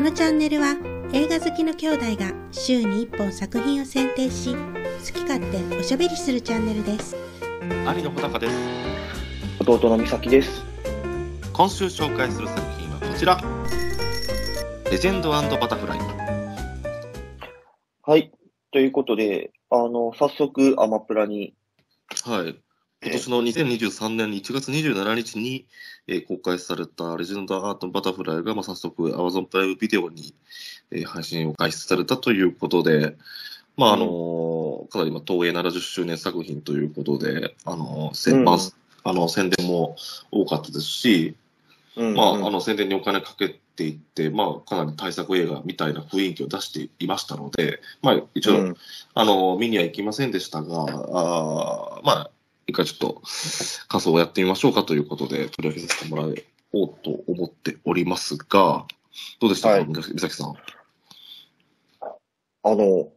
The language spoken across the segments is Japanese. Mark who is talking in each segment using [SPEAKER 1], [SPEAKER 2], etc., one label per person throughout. [SPEAKER 1] のチャンネルは映画好きの兄弟が週に1本作品を選定し好き勝手おしゃべりするチャンネルです
[SPEAKER 2] 兄の小高です
[SPEAKER 3] 弟の美咲です。
[SPEAKER 2] 今週紹介する作品はこちらレジェンドバタフライ
[SPEAKER 3] はい。ということで、あの、早速、アマプラに、
[SPEAKER 2] はい今年の2023年1月27日に、えー公開されたレジェンドアートバタフライが、まあ、早速 Amazon プライムビデオに、えー配信を開始されたということで、まああのーかなりまあ東映70周年作品ということで、あのーせ
[SPEAKER 3] うん
[SPEAKER 2] まああの宣伝も多かったですし、
[SPEAKER 3] うん
[SPEAKER 2] まあ、
[SPEAKER 3] うん
[SPEAKER 2] あの宣伝にお金かけていって、まあ、かなり対策映画みたいな雰囲気を出していましたので、まあ、一応、
[SPEAKER 3] うん
[SPEAKER 2] あの見には行きませんでしたが、あーまあ、一回ちょっと仮装をやってみましょうかということで、取り上げさせてもらおうと思っておりますが、どうでしたか、
[SPEAKER 3] はい
[SPEAKER 2] みさきさん。
[SPEAKER 3] あの、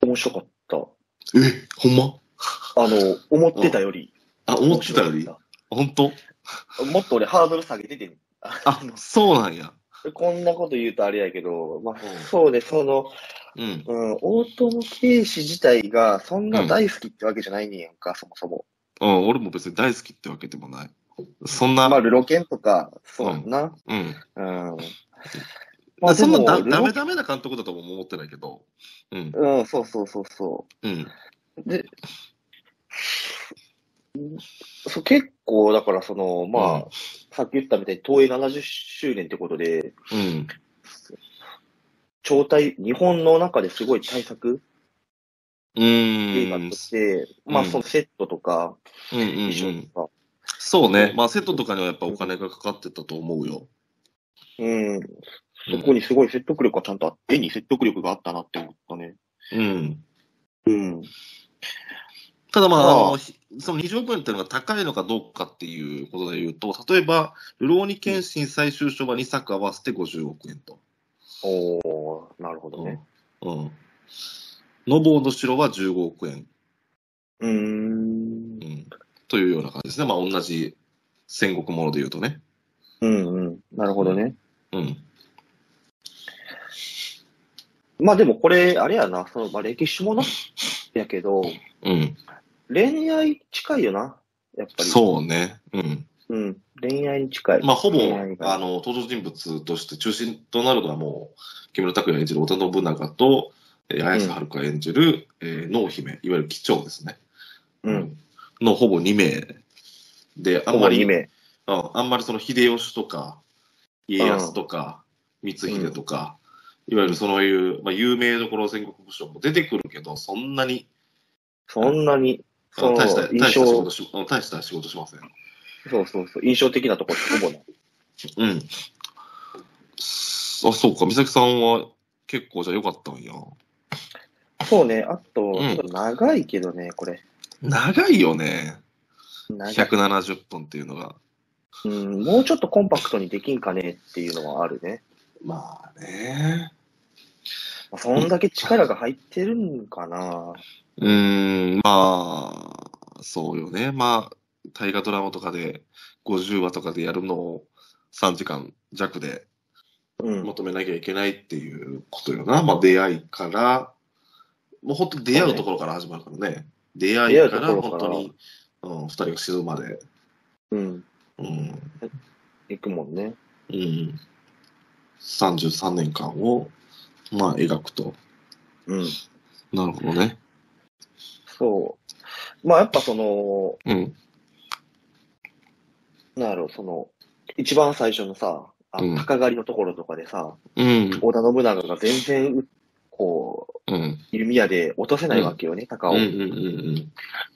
[SPEAKER 3] 面白かった。
[SPEAKER 2] え、ほんま
[SPEAKER 3] あの、思ってたより。
[SPEAKER 2] あ、思ってたより
[SPEAKER 3] 面白か
[SPEAKER 2] 本当
[SPEAKER 3] ったもっと俺、ハードル下げててん。
[SPEAKER 2] あ、そうなんや。
[SPEAKER 3] こんなこと言うとあれやけど、まあ
[SPEAKER 2] うん、
[SPEAKER 3] そうで、その、
[SPEAKER 2] うん。
[SPEAKER 3] うん、大友啓史自体が、そんな大好きってわけじゃないねんやんか、そもそも。
[SPEAKER 2] うん、俺も別に大好きってわけでもない。そんな、
[SPEAKER 3] まあ、ルロケンとか、そうやんな。
[SPEAKER 2] うん。
[SPEAKER 3] うん。
[SPEAKER 2] まあ、そんな
[SPEAKER 3] でも
[SPEAKER 2] だ
[SPEAKER 3] ルロ
[SPEAKER 2] ダメダメな監督だとも思ってないけど、うん、
[SPEAKER 3] うん、そうそうそうそう。
[SPEAKER 2] うん、
[SPEAKER 3] で、そう結構、だからその、まあ、さっき言ったみたいに東映70周年ってことで、
[SPEAKER 2] うん、
[SPEAKER 3] 超大、日本の中ですごい大作
[SPEAKER 2] うー
[SPEAKER 3] 映画
[SPEAKER 2] ん
[SPEAKER 3] と、して、まあ
[SPEAKER 2] うん
[SPEAKER 3] そのセットとか、
[SPEAKER 2] うん、うん、う
[SPEAKER 3] 衣装
[SPEAKER 2] ん。
[SPEAKER 3] とか、
[SPEAKER 2] そうね、まあ、セットとかにはやっぱお金がかかってたと思うよ。
[SPEAKER 3] うん、
[SPEAKER 2] う
[SPEAKER 3] そこ
[SPEAKER 2] ん、
[SPEAKER 3] にすごい説得力がちゃんとあって、絵に説得力があったなって思ったね。
[SPEAKER 2] うん、
[SPEAKER 3] うん。
[SPEAKER 2] ただまあ、
[SPEAKER 3] まあ
[SPEAKER 2] あのひその20億円っていうのが高いのかどうかっていうことで言うと、例えば、ルローニケンシン最終章は2作合わせて50億円と。
[SPEAKER 3] おー、なるほどね。
[SPEAKER 2] うん。ノボーの城は15億円。
[SPEAKER 3] うーん
[SPEAKER 2] う。ん。というような感じですね。まあ、同じ戦国もので言うとね。
[SPEAKER 3] うんうん。なるほどね。
[SPEAKER 2] うん。
[SPEAKER 3] まあでもこれ、あれやな、その、まあ歴史ものやけど、
[SPEAKER 2] うん。
[SPEAKER 3] 恋愛近いよな、やっぱり。
[SPEAKER 2] そうね。うん。
[SPEAKER 3] う。うん、恋愛に近い。
[SPEAKER 2] まあ、ほぼ
[SPEAKER 3] 恋愛、が
[SPEAKER 2] あの、登場人物として中心となるのはもう、木村拓哉演じる織田信長と、えー綾瀬はるか演じる、えー濃姫、いわゆる機長ですね。
[SPEAKER 3] うん。。
[SPEAKER 2] のほぼ2名で、あん
[SPEAKER 3] ほ
[SPEAKER 2] ま
[SPEAKER 3] ぼ
[SPEAKER 2] り、
[SPEAKER 3] 2名。
[SPEAKER 2] うんあんまりその秀吉とか、家康とか、光秀とか、いわゆるそういう、まあ、有名どころ戦国武将も出てくるけど、そんなに、
[SPEAKER 3] そんなに、
[SPEAKER 2] あの
[SPEAKER 3] そう
[SPEAKER 2] 大した、
[SPEAKER 3] 印
[SPEAKER 2] 大した
[SPEAKER 3] 象
[SPEAKER 2] 仕事し、あの大した仕事しません。
[SPEAKER 3] そうそうそう、印象的なところほぼない。
[SPEAKER 2] うん。あ、そうか、美咲さんは結構じゃあ良かったんや。
[SPEAKER 3] そうね、あと、
[SPEAKER 2] うん
[SPEAKER 3] ちょっと長いけどね、これ。
[SPEAKER 2] 長いよね。
[SPEAKER 3] 長い。
[SPEAKER 2] 170分っていうのが。
[SPEAKER 3] うん、もうちょっとコンパクトにできんかねっていうのはあるね。
[SPEAKER 2] まあね。
[SPEAKER 3] まあそんだけ力が入ってるんかな。
[SPEAKER 2] うーん、まあ、そうよね。まあ、大河ドラマとかで50話とかでやるのを3時間弱で
[SPEAKER 3] うん。
[SPEAKER 2] 求めなきゃいけないっていうことよな。まあ、出会いから、もう本当に出会うところから始まるからね。出会いから
[SPEAKER 3] 出会うとこ
[SPEAKER 2] 本
[SPEAKER 3] ろか
[SPEAKER 2] 当
[SPEAKER 3] ら
[SPEAKER 2] に、うん、2人が死ぬまで。
[SPEAKER 3] うん。
[SPEAKER 2] うん。
[SPEAKER 3] いくもんね。
[SPEAKER 2] うん、33年間を、まあ、描くと。
[SPEAKER 3] うん。
[SPEAKER 2] なるほどね。
[SPEAKER 3] そう。まあやっぱその、
[SPEAKER 2] うん。
[SPEAKER 3] なんやろ、その、一番最初のさ、あ
[SPEAKER 2] うん
[SPEAKER 3] の鷹狩りのところとかでさ、
[SPEAKER 2] うん。
[SPEAKER 3] 織田信長が全然う、こ
[SPEAKER 2] うん。
[SPEAKER 3] う、弓矢で落とせないわけよね、鷹
[SPEAKER 2] う
[SPEAKER 3] を、
[SPEAKER 2] ん。うん。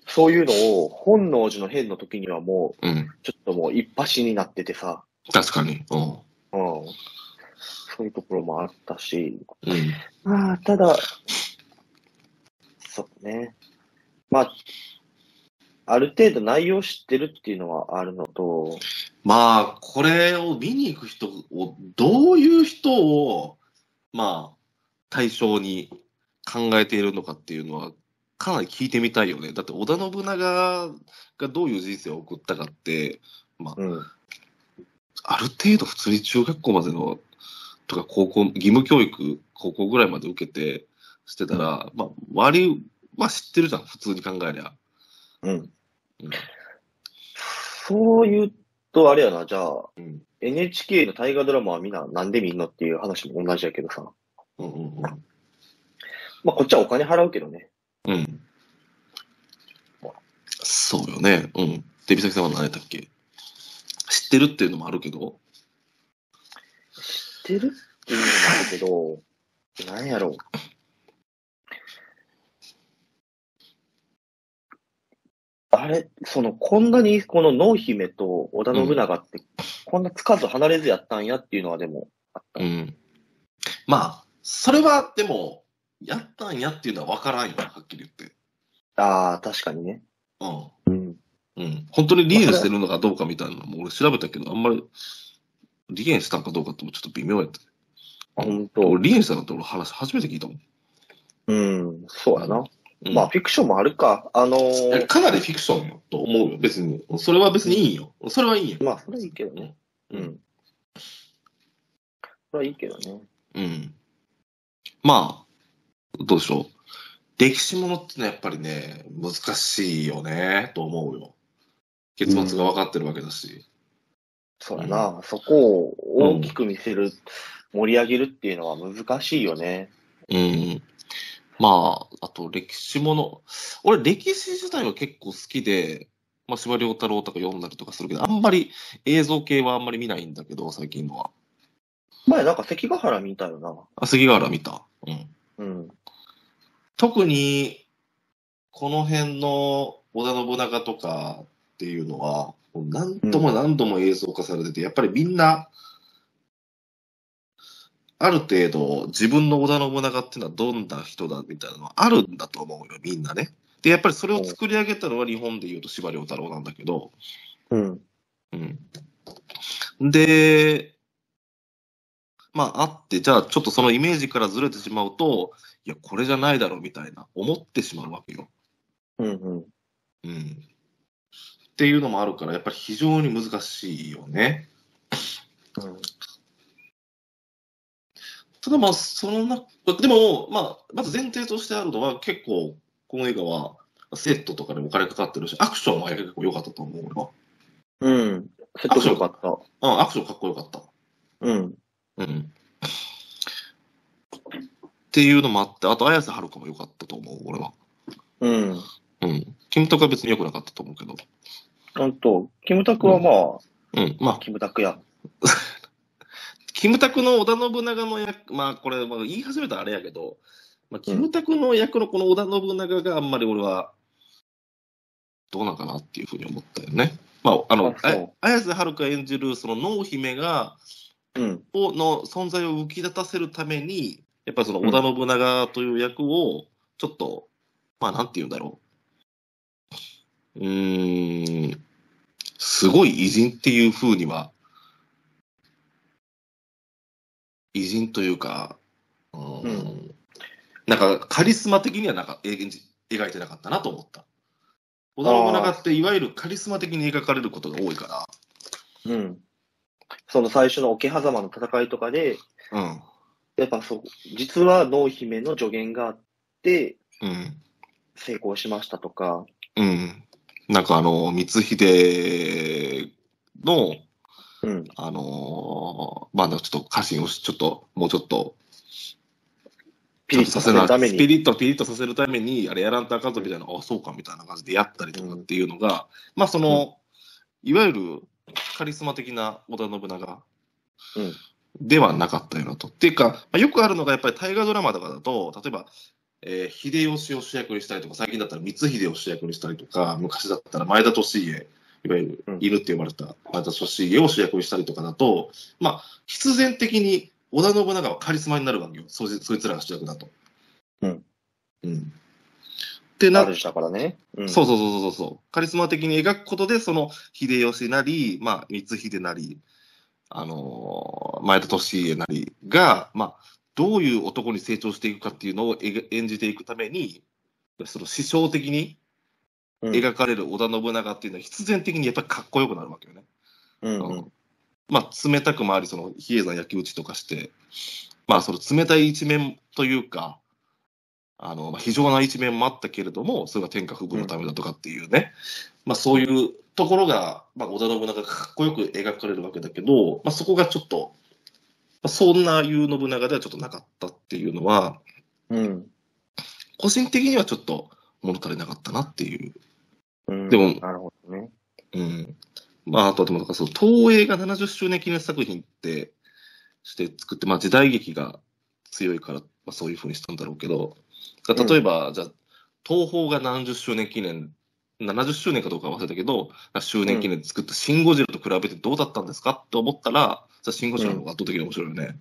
[SPEAKER 3] そういうのを、本能寺の変の時にはも
[SPEAKER 2] うん。うん
[SPEAKER 3] う、。ちょっともう一発になっててさ、
[SPEAKER 2] 確かに。うん。
[SPEAKER 3] うん。そういうところもあったし、
[SPEAKER 2] うん。
[SPEAKER 3] まあ、ただ、そうね。まあ、ある程度内容を知ってるっていうのはあるのと、
[SPEAKER 2] まあ、これを見に行く人を、どういう人を、まあ、対象に考えているのかっていうのは、かなり聞いてみたいよね。だって、織田信長がどういう人生を送ったかって、
[SPEAKER 3] うん。
[SPEAKER 2] ある程度普通に中学校までのとか高校、義務教育、高校ぐらいまで受けてしてたら、まあ、周りは知ってるじゃん、普通に考えりゃ。
[SPEAKER 3] うん。
[SPEAKER 2] うん
[SPEAKER 3] そう言うと、あれやな、じゃあ、
[SPEAKER 2] うん
[SPEAKER 3] NHK の大河ドラマはみんななんで見んのっていう話も同じやけどさ。
[SPEAKER 2] うんうんうん
[SPEAKER 3] まあ、こっちはお金払うけどね。
[SPEAKER 2] うん。そうよね。うん。で、美咲さんは何やったっけ知ってるっていうのもあるけど、
[SPEAKER 3] 知ってるっていうのもあるけど、なんやろう。あれ、その、こんなにこの濃姫と織田信長って、こんなつかず離れずやったんやっていうのはでも、
[SPEAKER 2] うん。まあ、それはでも、やったんやっていうのは分からんよ、はっきり言って。
[SPEAKER 3] ああ、確かにね。
[SPEAKER 2] うん。
[SPEAKER 3] うん。
[SPEAKER 2] うん。本当に離縁してるのかどうかみたいなのも俺調べたけど、あんまり離縁したんかどうかってもちょっと微妙やった。
[SPEAKER 3] あ本当
[SPEAKER 2] 俺離縁したのって俺話初めて聞いたもん。
[SPEAKER 3] うん、そうやな。
[SPEAKER 2] うん
[SPEAKER 3] まあ、フィクションもあるか。あの
[SPEAKER 2] いや
[SPEAKER 3] ー、
[SPEAKER 2] かなりフィクションよと思うよ、別に。それは別にいいよ。それはいいよ。
[SPEAKER 3] まあ、それはいいけどね。うん。それはいいけどね。
[SPEAKER 2] うん。まあ、どうでしょう。歴史ものってのはやっぱりね、難しいよね、と思うよ。結末が分かってるわけだし。
[SPEAKER 3] そうやな、そこを大きく見せる、盛り上げるっていうのは難しいよね。
[SPEAKER 2] うん。まあ、あと歴史もの。俺、歴史自体は結構好きで、まあ、司馬遼太郎とか読んだりとかするけど、あんまり映像系はあんまり見ないんだけど、最近のは。
[SPEAKER 3] 前なんか関ヶ原見たよな。
[SPEAKER 2] あ、杉ヶ原見た。うん。
[SPEAKER 3] うん。
[SPEAKER 2] 特に、この辺の織田信長とかっていうのは、もう何度も何度も映像化されてて、やっぱりみんな、ある程度自分の織田信長っていうのはどんな人だみたいなのはあるんだと思うよ、みんなね。で、やっぱりそれを作り上げたのは日本でいうと司馬遼太郎なんだけど、
[SPEAKER 3] うん。
[SPEAKER 2] うん。で、まあ、あって、じゃあ、ちょっとそのイメージからずれてしまうと、いや、これじゃないだろうみたいな、思ってしまうわけよ。
[SPEAKER 3] うんうん。
[SPEAKER 2] うん。っていうのもあるから、やっぱり非常に難しいよね。ただまあ、そのな、でも、まあ、まず前提としてあるのは、結構、この映画は、セットとかでもお金かかってるし、アクションは結構良かったと思うよ。
[SPEAKER 3] うん。説得力あった。
[SPEAKER 2] うん、アクションかっこよかった。
[SPEAKER 3] うん。
[SPEAKER 2] うんっていうのもあって、あと、綾瀬はるかも良かったと思う、俺は。
[SPEAKER 3] うん。
[SPEAKER 2] うん。キムタクは別に良くなかったと思うけど。
[SPEAKER 3] ほんと、キムタクはまあ、
[SPEAKER 2] うん。まあ、
[SPEAKER 3] キムタクや。
[SPEAKER 2] キムタクの織田信長の役、まあ、これ、まあ、言い始めたらあれやけど、まあ、キムタクの役のこの織田信長があんまり俺は、どうなんかなっていうふうに思ったよね。まあ、あの、
[SPEAKER 3] あ
[SPEAKER 2] あ
[SPEAKER 3] そう
[SPEAKER 2] 綾瀬はるか演じる、その濃姫が、
[SPEAKER 3] うん。
[SPEAKER 2] をの存在を浮き立たせるために、やっぱりその織田信長という役を、ちょっと、まあなんて言うんだろう。うーん、すごい偉人っていう風には、偉人というか、うーん
[SPEAKER 3] う
[SPEAKER 2] なんかカリスマ的にはなんかえー描いてなかったなと思った。織田信長っていわゆるカリスマ的に描かれることが多いか
[SPEAKER 3] うん。その最初の桶狭間の戦いとかで、
[SPEAKER 2] ら。うん。
[SPEAKER 3] やっぱそう、実は濃姫の助言があって、
[SPEAKER 2] うん。
[SPEAKER 3] 成功しましたとか、
[SPEAKER 2] うん。なんかあの、光秀の、
[SPEAKER 3] うん。
[SPEAKER 2] あのーまあ、なんかちょっと家臣をしちょっと、もうちょっと、
[SPEAKER 3] ピリッとさせるため
[SPEAKER 2] ちゃんとさせなピ
[SPEAKER 3] に。
[SPEAKER 2] リッとピリッとさせるために、あれやらんとあかんぞみたいな、あ、そうかみたいな感じでやったりとかっていうのが、まあ、その、いわゆるカリスマ的な織田信長
[SPEAKER 3] うん
[SPEAKER 2] ではなかったよなと。っていうか、まあ、よくあるのがやっぱり大河ドラマとかだと、例えば、えー秀吉を主役にしたりとか、最近だったら光秀を主役にしたりとか、昔だったら前田利家、いわゆ
[SPEAKER 3] う
[SPEAKER 2] る
[SPEAKER 3] ん
[SPEAKER 2] 犬って呼ばれた前田利家を主役にしたりとかだと、まあ、必然的に織田信長はカリスマになるわけよ。そいつそいつらが主役だと。
[SPEAKER 3] うん。
[SPEAKER 2] うん。ってな
[SPEAKER 3] あ
[SPEAKER 2] っ
[SPEAKER 3] るだからね。うん
[SPEAKER 2] そうそうそうそうそう。カリスマ的に描くことで、その秀吉なり、まあ、光秀なり、あのー前田利家なりが、まあ、どういう男に成長していくかっていうのを描演じていくために、その師匠的に
[SPEAKER 3] うん
[SPEAKER 2] 描かれる織田信長っていうのは必然的にやっぱりかっこよくなるわけよね。
[SPEAKER 3] うん
[SPEAKER 2] うんまあ、冷たくもあり、その、比叡山焼き打ちとかして、まあ、その冷たい一面というか、あの、まあ、非常な一面もあったけれども、それが天下不武のためだとかっていうね、まあ、そういうところが、まあ、織田信長がかっこよく描かれるわけだけど、まあ、そこがちょっと、まあ、そんないう信長ではちょっとなかったっていうのは、
[SPEAKER 3] うん。
[SPEAKER 2] 個人的にはちょっと物足りなかったなっていう。
[SPEAKER 3] うん、
[SPEAKER 2] でも
[SPEAKER 3] なるほどね。
[SPEAKER 2] うん。まあ、あとはでも、だからそう、東映が70周年記念作品って、して作って、まあ時代劇が強いから、まあそういうふうにしたんだろうけど、だから例えば、じゃあ、東宝が70周年記念、70周年かどうかは忘れたけど、周年記念で作ったシン・ゴジラと比べてどうだったんですかって思ったら、じゃあシン・ゴジラの方が圧倒的に面白いよね。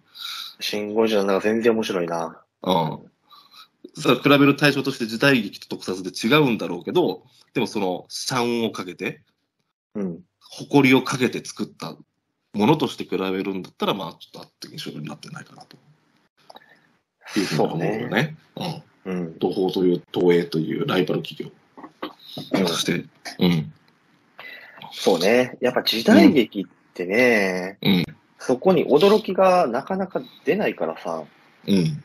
[SPEAKER 3] シン・ゴジラなんか全然面白いな。
[SPEAKER 2] うん。さ比べる対象として時代劇と特撮で違うんだろうけど、でもその、シャンをかけて、
[SPEAKER 3] うん。
[SPEAKER 2] 誇りをかけて作ったものとして比べるんだったら、まあ、ちょっと圧倒的に勝負になってないかなと。っていうふうに思うよね。うん。
[SPEAKER 3] うん。
[SPEAKER 2] 東宝という東映というライバル企業。
[SPEAKER 3] うん
[SPEAKER 2] そして、うん。
[SPEAKER 3] そうね。やっぱ時代劇ってね、
[SPEAKER 2] うん
[SPEAKER 3] そこに驚きがなかなか出ないからさ、
[SPEAKER 2] うん。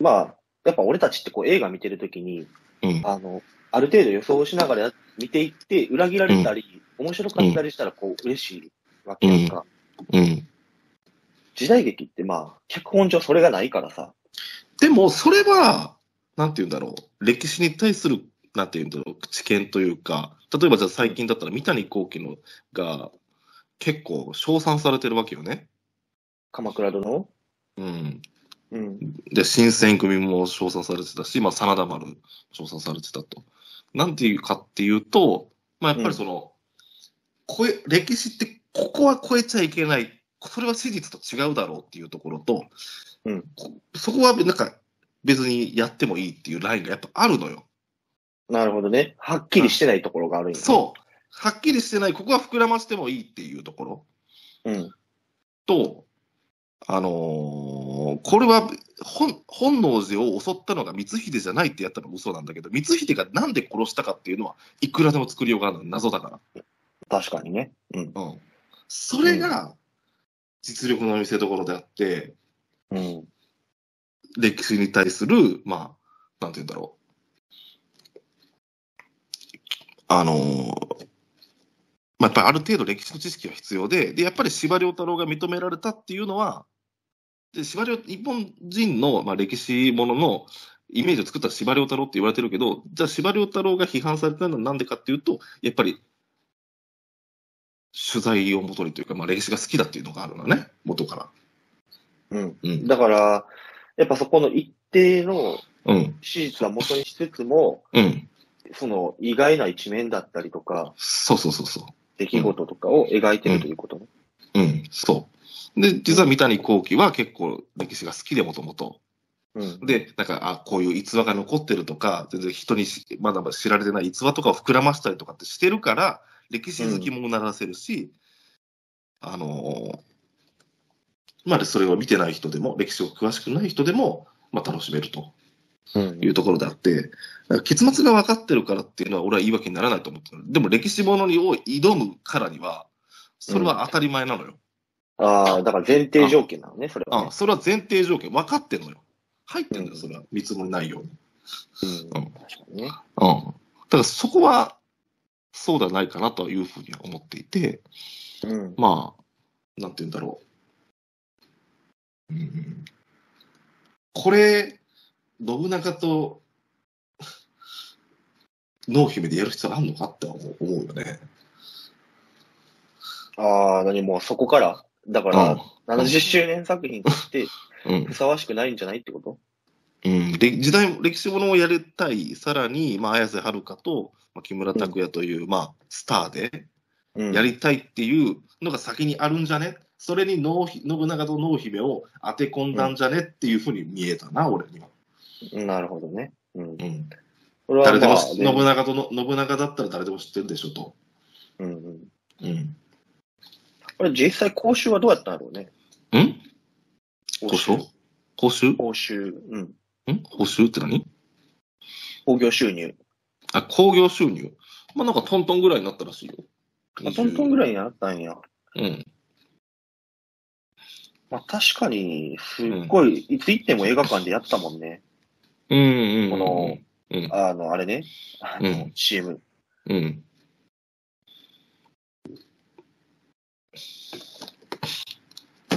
[SPEAKER 3] まあ、やっぱ俺たちってこう映画見てるときに、
[SPEAKER 2] うん。
[SPEAKER 3] あの、ある程度予想しながらや見ていって、裏切られたり、面白かったりしたらこう嬉しいわけやんか。
[SPEAKER 2] うん。
[SPEAKER 3] 時代劇ってまあ、脚本上それがないからさ。
[SPEAKER 2] でも、それは、なんて言うんだろう。歴史に対する、なんて言うんだろう。知見というか、例えばじゃあ最近だったら三谷幸喜のが結構称賛されてるわけよね。
[SPEAKER 3] 鎌倉殿
[SPEAKER 2] うん。
[SPEAKER 3] うん。
[SPEAKER 2] で、新選組も称賛されてたし、まあ、真田丸も称賛されてたと。なんていうかっていうと、まあ、やっぱりその、こえ歴史ってここは超えちゃいけない。それは史実と違うだろうっていうところと、
[SPEAKER 3] うん
[SPEAKER 2] こそこはなんか別にやってもいいっていうラインがやっぱあるのよ。
[SPEAKER 3] なるほどね。はっきりしてないところがあるんやね
[SPEAKER 2] そう。はっきりしてない、ここは膨らましてもいいっていうところ。
[SPEAKER 3] うん。
[SPEAKER 2] と、あのーこれは本本能寺を襲ったのが光秀じゃないってやったのは嘘なんだけど、光秀がなんで殺したかっていうのはいくらでも作りようがあるの謎だか
[SPEAKER 3] 確かにね。うん。
[SPEAKER 2] ら。うん、それが実力の見せ所であって、
[SPEAKER 3] うん。
[SPEAKER 2] 歴史に対する、まあ、なんて言うんだろう。あのーまあ、やっぱりある程度歴史の知識は必要で、で、やっぱり司馬遼太郎が認められたっていうのは、で司馬遼日本人の、まあ、歴史もののイメージを作った司馬遼太郎って言われてるけど、じゃあ司馬遼太郎が批判されたのはなんでかっていうと、やっぱり取材を元にというか、まあ、歴史が好きだっていうのがあるのね、元から。
[SPEAKER 3] うん。
[SPEAKER 2] うん。
[SPEAKER 3] だから、やっぱそこの一定の
[SPEAKER 2] うん。
[SPEAKER 3] 史実は元にしつつも、
[SPEAKER 2] うん。
[SPEAKER 3] その意外な一面だったりとか、
[SPEAKER 2] そうそうそうそう。
[SPEAKER 3] 出来事とかを描いてるということね。
[SPEAKER 2] うん、そう。で、実は三谷幸喜は結構歴史が好きでもともと。
[SPEAKER 3] うん。
[SPEAKER 2] で、なんか、あ、こういう逸話が残ってるとか、全然人にしまだまだ知られてない逸話とかを膨らましたりとかってしてるから、歴史好きもうならせるし、あのーまあ、それを見てない人でも、歴史を詳しくない人でも、まあ、楽しめると
[SPEAKER 3] うん
[SPEAKER 2] いうところであって、だから結末が分かってるからっていうのは、俺は言い訳にならないと思ってる。でも、歴史ものにを挑むからには、それは当たり前なのよ。
[SPEAKER 3] ああ、だから前提条件なのね、それは、
[SPEAKER 2] あ
[SPEAKER 3] ね。
[SPEAKER 2] それは前提条件、分かってんのよ。入ってんだよ、
[SPEAKER 3] うん
[SPEAKER 2] それは。見積もりないように。
[SPEAKER 3] うん。
[SPEAKER 2] うん
[SPEAKER 3] 確かにね。
[SPEAKER 2] うん。だからそこは、そうではないかなというふうには思っていて、
[SPEAKER 3] うん。
[SPEAKER 2] まあ、なんて言うんだろう。うん、これ、信長と、濃姫でやる必要あんのかって思う思うよね。
[SPEAKER 3] ああ、何もうそこから、だから、70周年作品として
[SPEAKER 2] うん。うん
[SPEAKER 3] ふさわしくないんじゃないってこと
[SPEAKER 2] うん、で時代も歴史ものをやりたい、さらに、まあ、綾瀬はるかと、まあ、木村拓哉という、まあ、スターで
[SPEAKER 3] うん。
[SPEAKER 2] やりたいっていうのが先にあるんじゃね、それに濃ひ信長と濃姫を当て込んだんじゃねっていうふうに見えたな、俺には。
[SPEAKER 3] なるほどね。うん。
[SPEAKER 2] うん、
[SPEAKER 3] これは
[SPEAKER 2] 誰で
[SPEAKER 3] ま
[SPEAKER 2] も
[SPEAKER 3] あ
[SPEAKER 2] 知、信長との信長だったら誰でも知ってるでしょと。
[SPEAKER 3] うんうん。
[SPEAKER 2] うん、
[SPEAKER 3] これ実際講習はどうやったんだろうね。
[SPEAKER 2] ん保証報酬
[SPEAKER 3] 報酬、うん。
[SPEAKER 2] ん報酬って何
[SPEAKER 3] 興行収入。
[SPEAKER 2] あ、興行収入。まあ、なんかトントンぐらいになったらしいよ。
[SPEAKER 3] あ、トントンぐら
[SPEAKER 2] い
[SPEAKER 3] いになったんや。
[SPEAKER 2] うん。
[SPEAKER 3] まあ確かに、すっごい、いつ行っても映画館でやったもんね。
[SPEAKER 2] うんうんうん。
[SPEAKER 3] この
[SPEAKER 2] うん、
[SPEAKER 3] あの、あれね。あの、
[SPEAKER 2] うん
[SPEAKER 3] CM。
[SPEAKER 2] うん。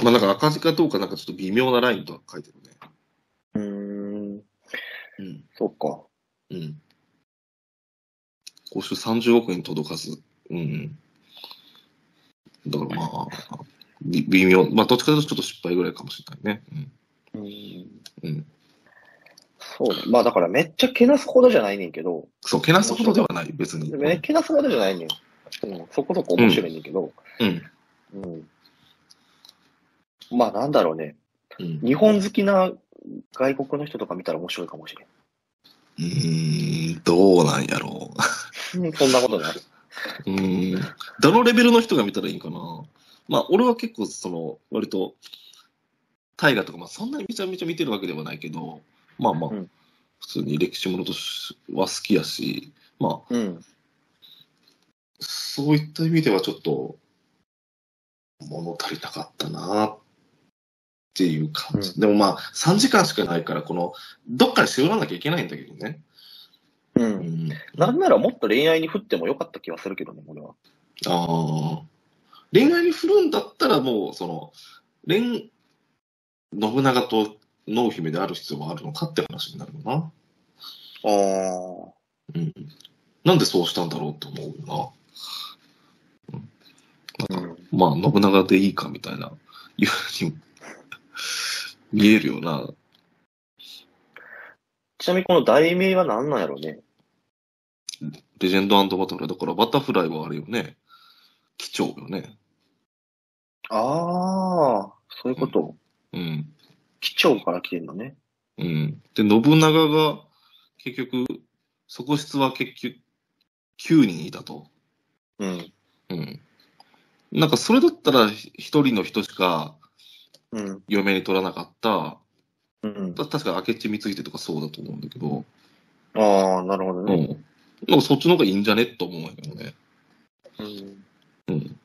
[SPEAKER 2] まあなんか赤字かどうかなんかちょっと微妙なラインとは書いてるね。
[SPEAKER 3] うーん、
[SPEAKER 2] うん。
[SPEAKER 3] そっか。
[SPEAKER 2] うん。今週30億円届かず。うん。だからまあ、び微妙。まあどっちかというとちょっと失敗ぐらいかもしれないね。
[SPEAKER 3] うー
[SPEAKER 2] う
[SPEAKER 3] ん。
[SPEAKER 2] ん。うん、
[SPEAKER 3] そうね。まあだからめっちゃけなすほどじゃないねんけど、
[SPEAKER 2] そう、けなすことではない、別に。
[SPEAKER 3] でもね、けなすほどじゃないねん。うん、そこそこ面白いねんけど、
[SPEAKER 2] うん。
[SPEAKER 3] うん。まあなんだろうね。
[SPEAKER 2] うん。
[SPEAKER 3] 日本好きな外国の人とか見たら面白いかもしれん。
[SPEAKER 2] うーん、どうなんやろう。
[SPEAKER 3] うんそんなことない。
[SPEAKER 2] うーん。どのレベルの人が見たらいいんかな。まあ、俺は結構、その、割と、大河とか、まあ、そんなにめちゃめちゃ見てるわけではないけど、まあまあ、
[SPEAKER 3] うん
[SPEAKER 2] 普通に歴史ものとしは好きやし、まあ、
[SPEAKER 3] うん。
[SPEAKER 2] そういった意味ではちょっと、物足りなかったなっていう感じ。
[SPEAKER 3] う
[SPEAKER 2] でもまあ、3時間しかないから、この、どっかで絞らなきゃいけないんだけどね。
[SPEAKER 3] う。
[SPEAKER 2] うんん。
[SPEAKER 3] なんならもっと恋愛に振ってもよかった気はするけどね、俺は。
[SPEAKER 2] ああ。恋愛に振るんだったら、もう、その、恋、信長と濃姫である必要はあるのかって話になるよな。
[SPEAKER 3] ああ。
[SPEAKER 2] うん。なんでそうしたんだろうって思うよ
[SPEAKER 3] うん
[SPEAKER 2] な。まあ、信長でいいかみたいな、いうふうに見えるよな。
[SPEAKER 3] ちなみにこの題名は何なんやろうね。
[SPEAKER 2] レジェンドバタフライ。だから、バタフライはあれよね。貴重よね。
[SPEAKER 3] ああ、そういうこと。
[SPEAKER 2] うん。
[SPEAKER 3] 貴重から来てるのね。
[SPEAKER 2] うん。で、信長が、結局、側室は結局、9人いたと。
[SPEAKER 3] うん。
[SPEAKER 2] うん。なんかそれだったらひ一人の人しか
[SPEAKER 3] うん。
[SPEAKER 2] 嫁に取らなかった、
[SPEAKER 3] うん。
[SPEAKER 2] た確か明智光秀とかそうだと思うんだけど、
[SPEAKER 3] ああ、なるほど
[SPEAKER 2] う
[SPEAKER 3] ね。
[SPEAKER 2] ん。なんかそっちの方がいいんじゃねと思うんやけどね。
[SPEAKER 3] うん。
[SPEAKER 2] うん。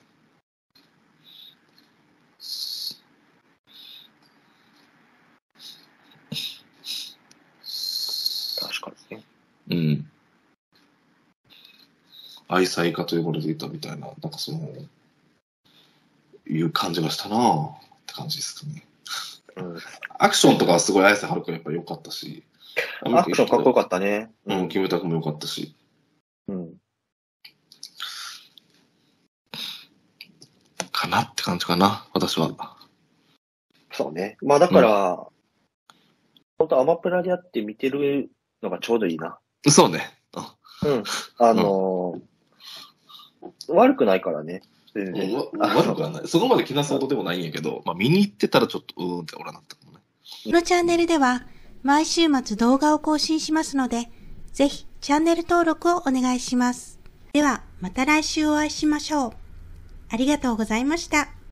[SPEAKER 3] 確かにね。
[SPEAKER 2] うん。愛妻家と呼ばれていたみたいな、なんかその、いう感じがしたなあって感じですかね。
[SPEAKER 3] う
[SPEAKER 2] アクションとかはすごい綾瀬はるかやっぱり良かったし。
[SPEAKER 3] ん。アクションかっこよ
[SPEAKER 2] かっ
[SPEAKER 3] かったね。
[SPEAKER 2] た。うん、キムタクも良かったし。
[SPEAKER 3] うん。
[SPEAKER 2] かなって感じかな、私 は。
[SPEAKER 3] そうね。まあだから、本当アマプラでやって見てるのがちょうどいいな。
[SPEAKER 2] そうね。あ
[SPEAKER 3] うん。あのー悪くないからね。全然。
[SPEAKER 2] わ悪くはない。そこまで気なすほどでもないんやけど、まあ見に行ってたらちょっと、うーんって俺はなったかもね。
[SPEAKER 1] このチャンネルでは毎週末動画を更新しますので、ぜひチャンネル登録をお願いします。ではまた来週お会いしましょう。ありがとうございました。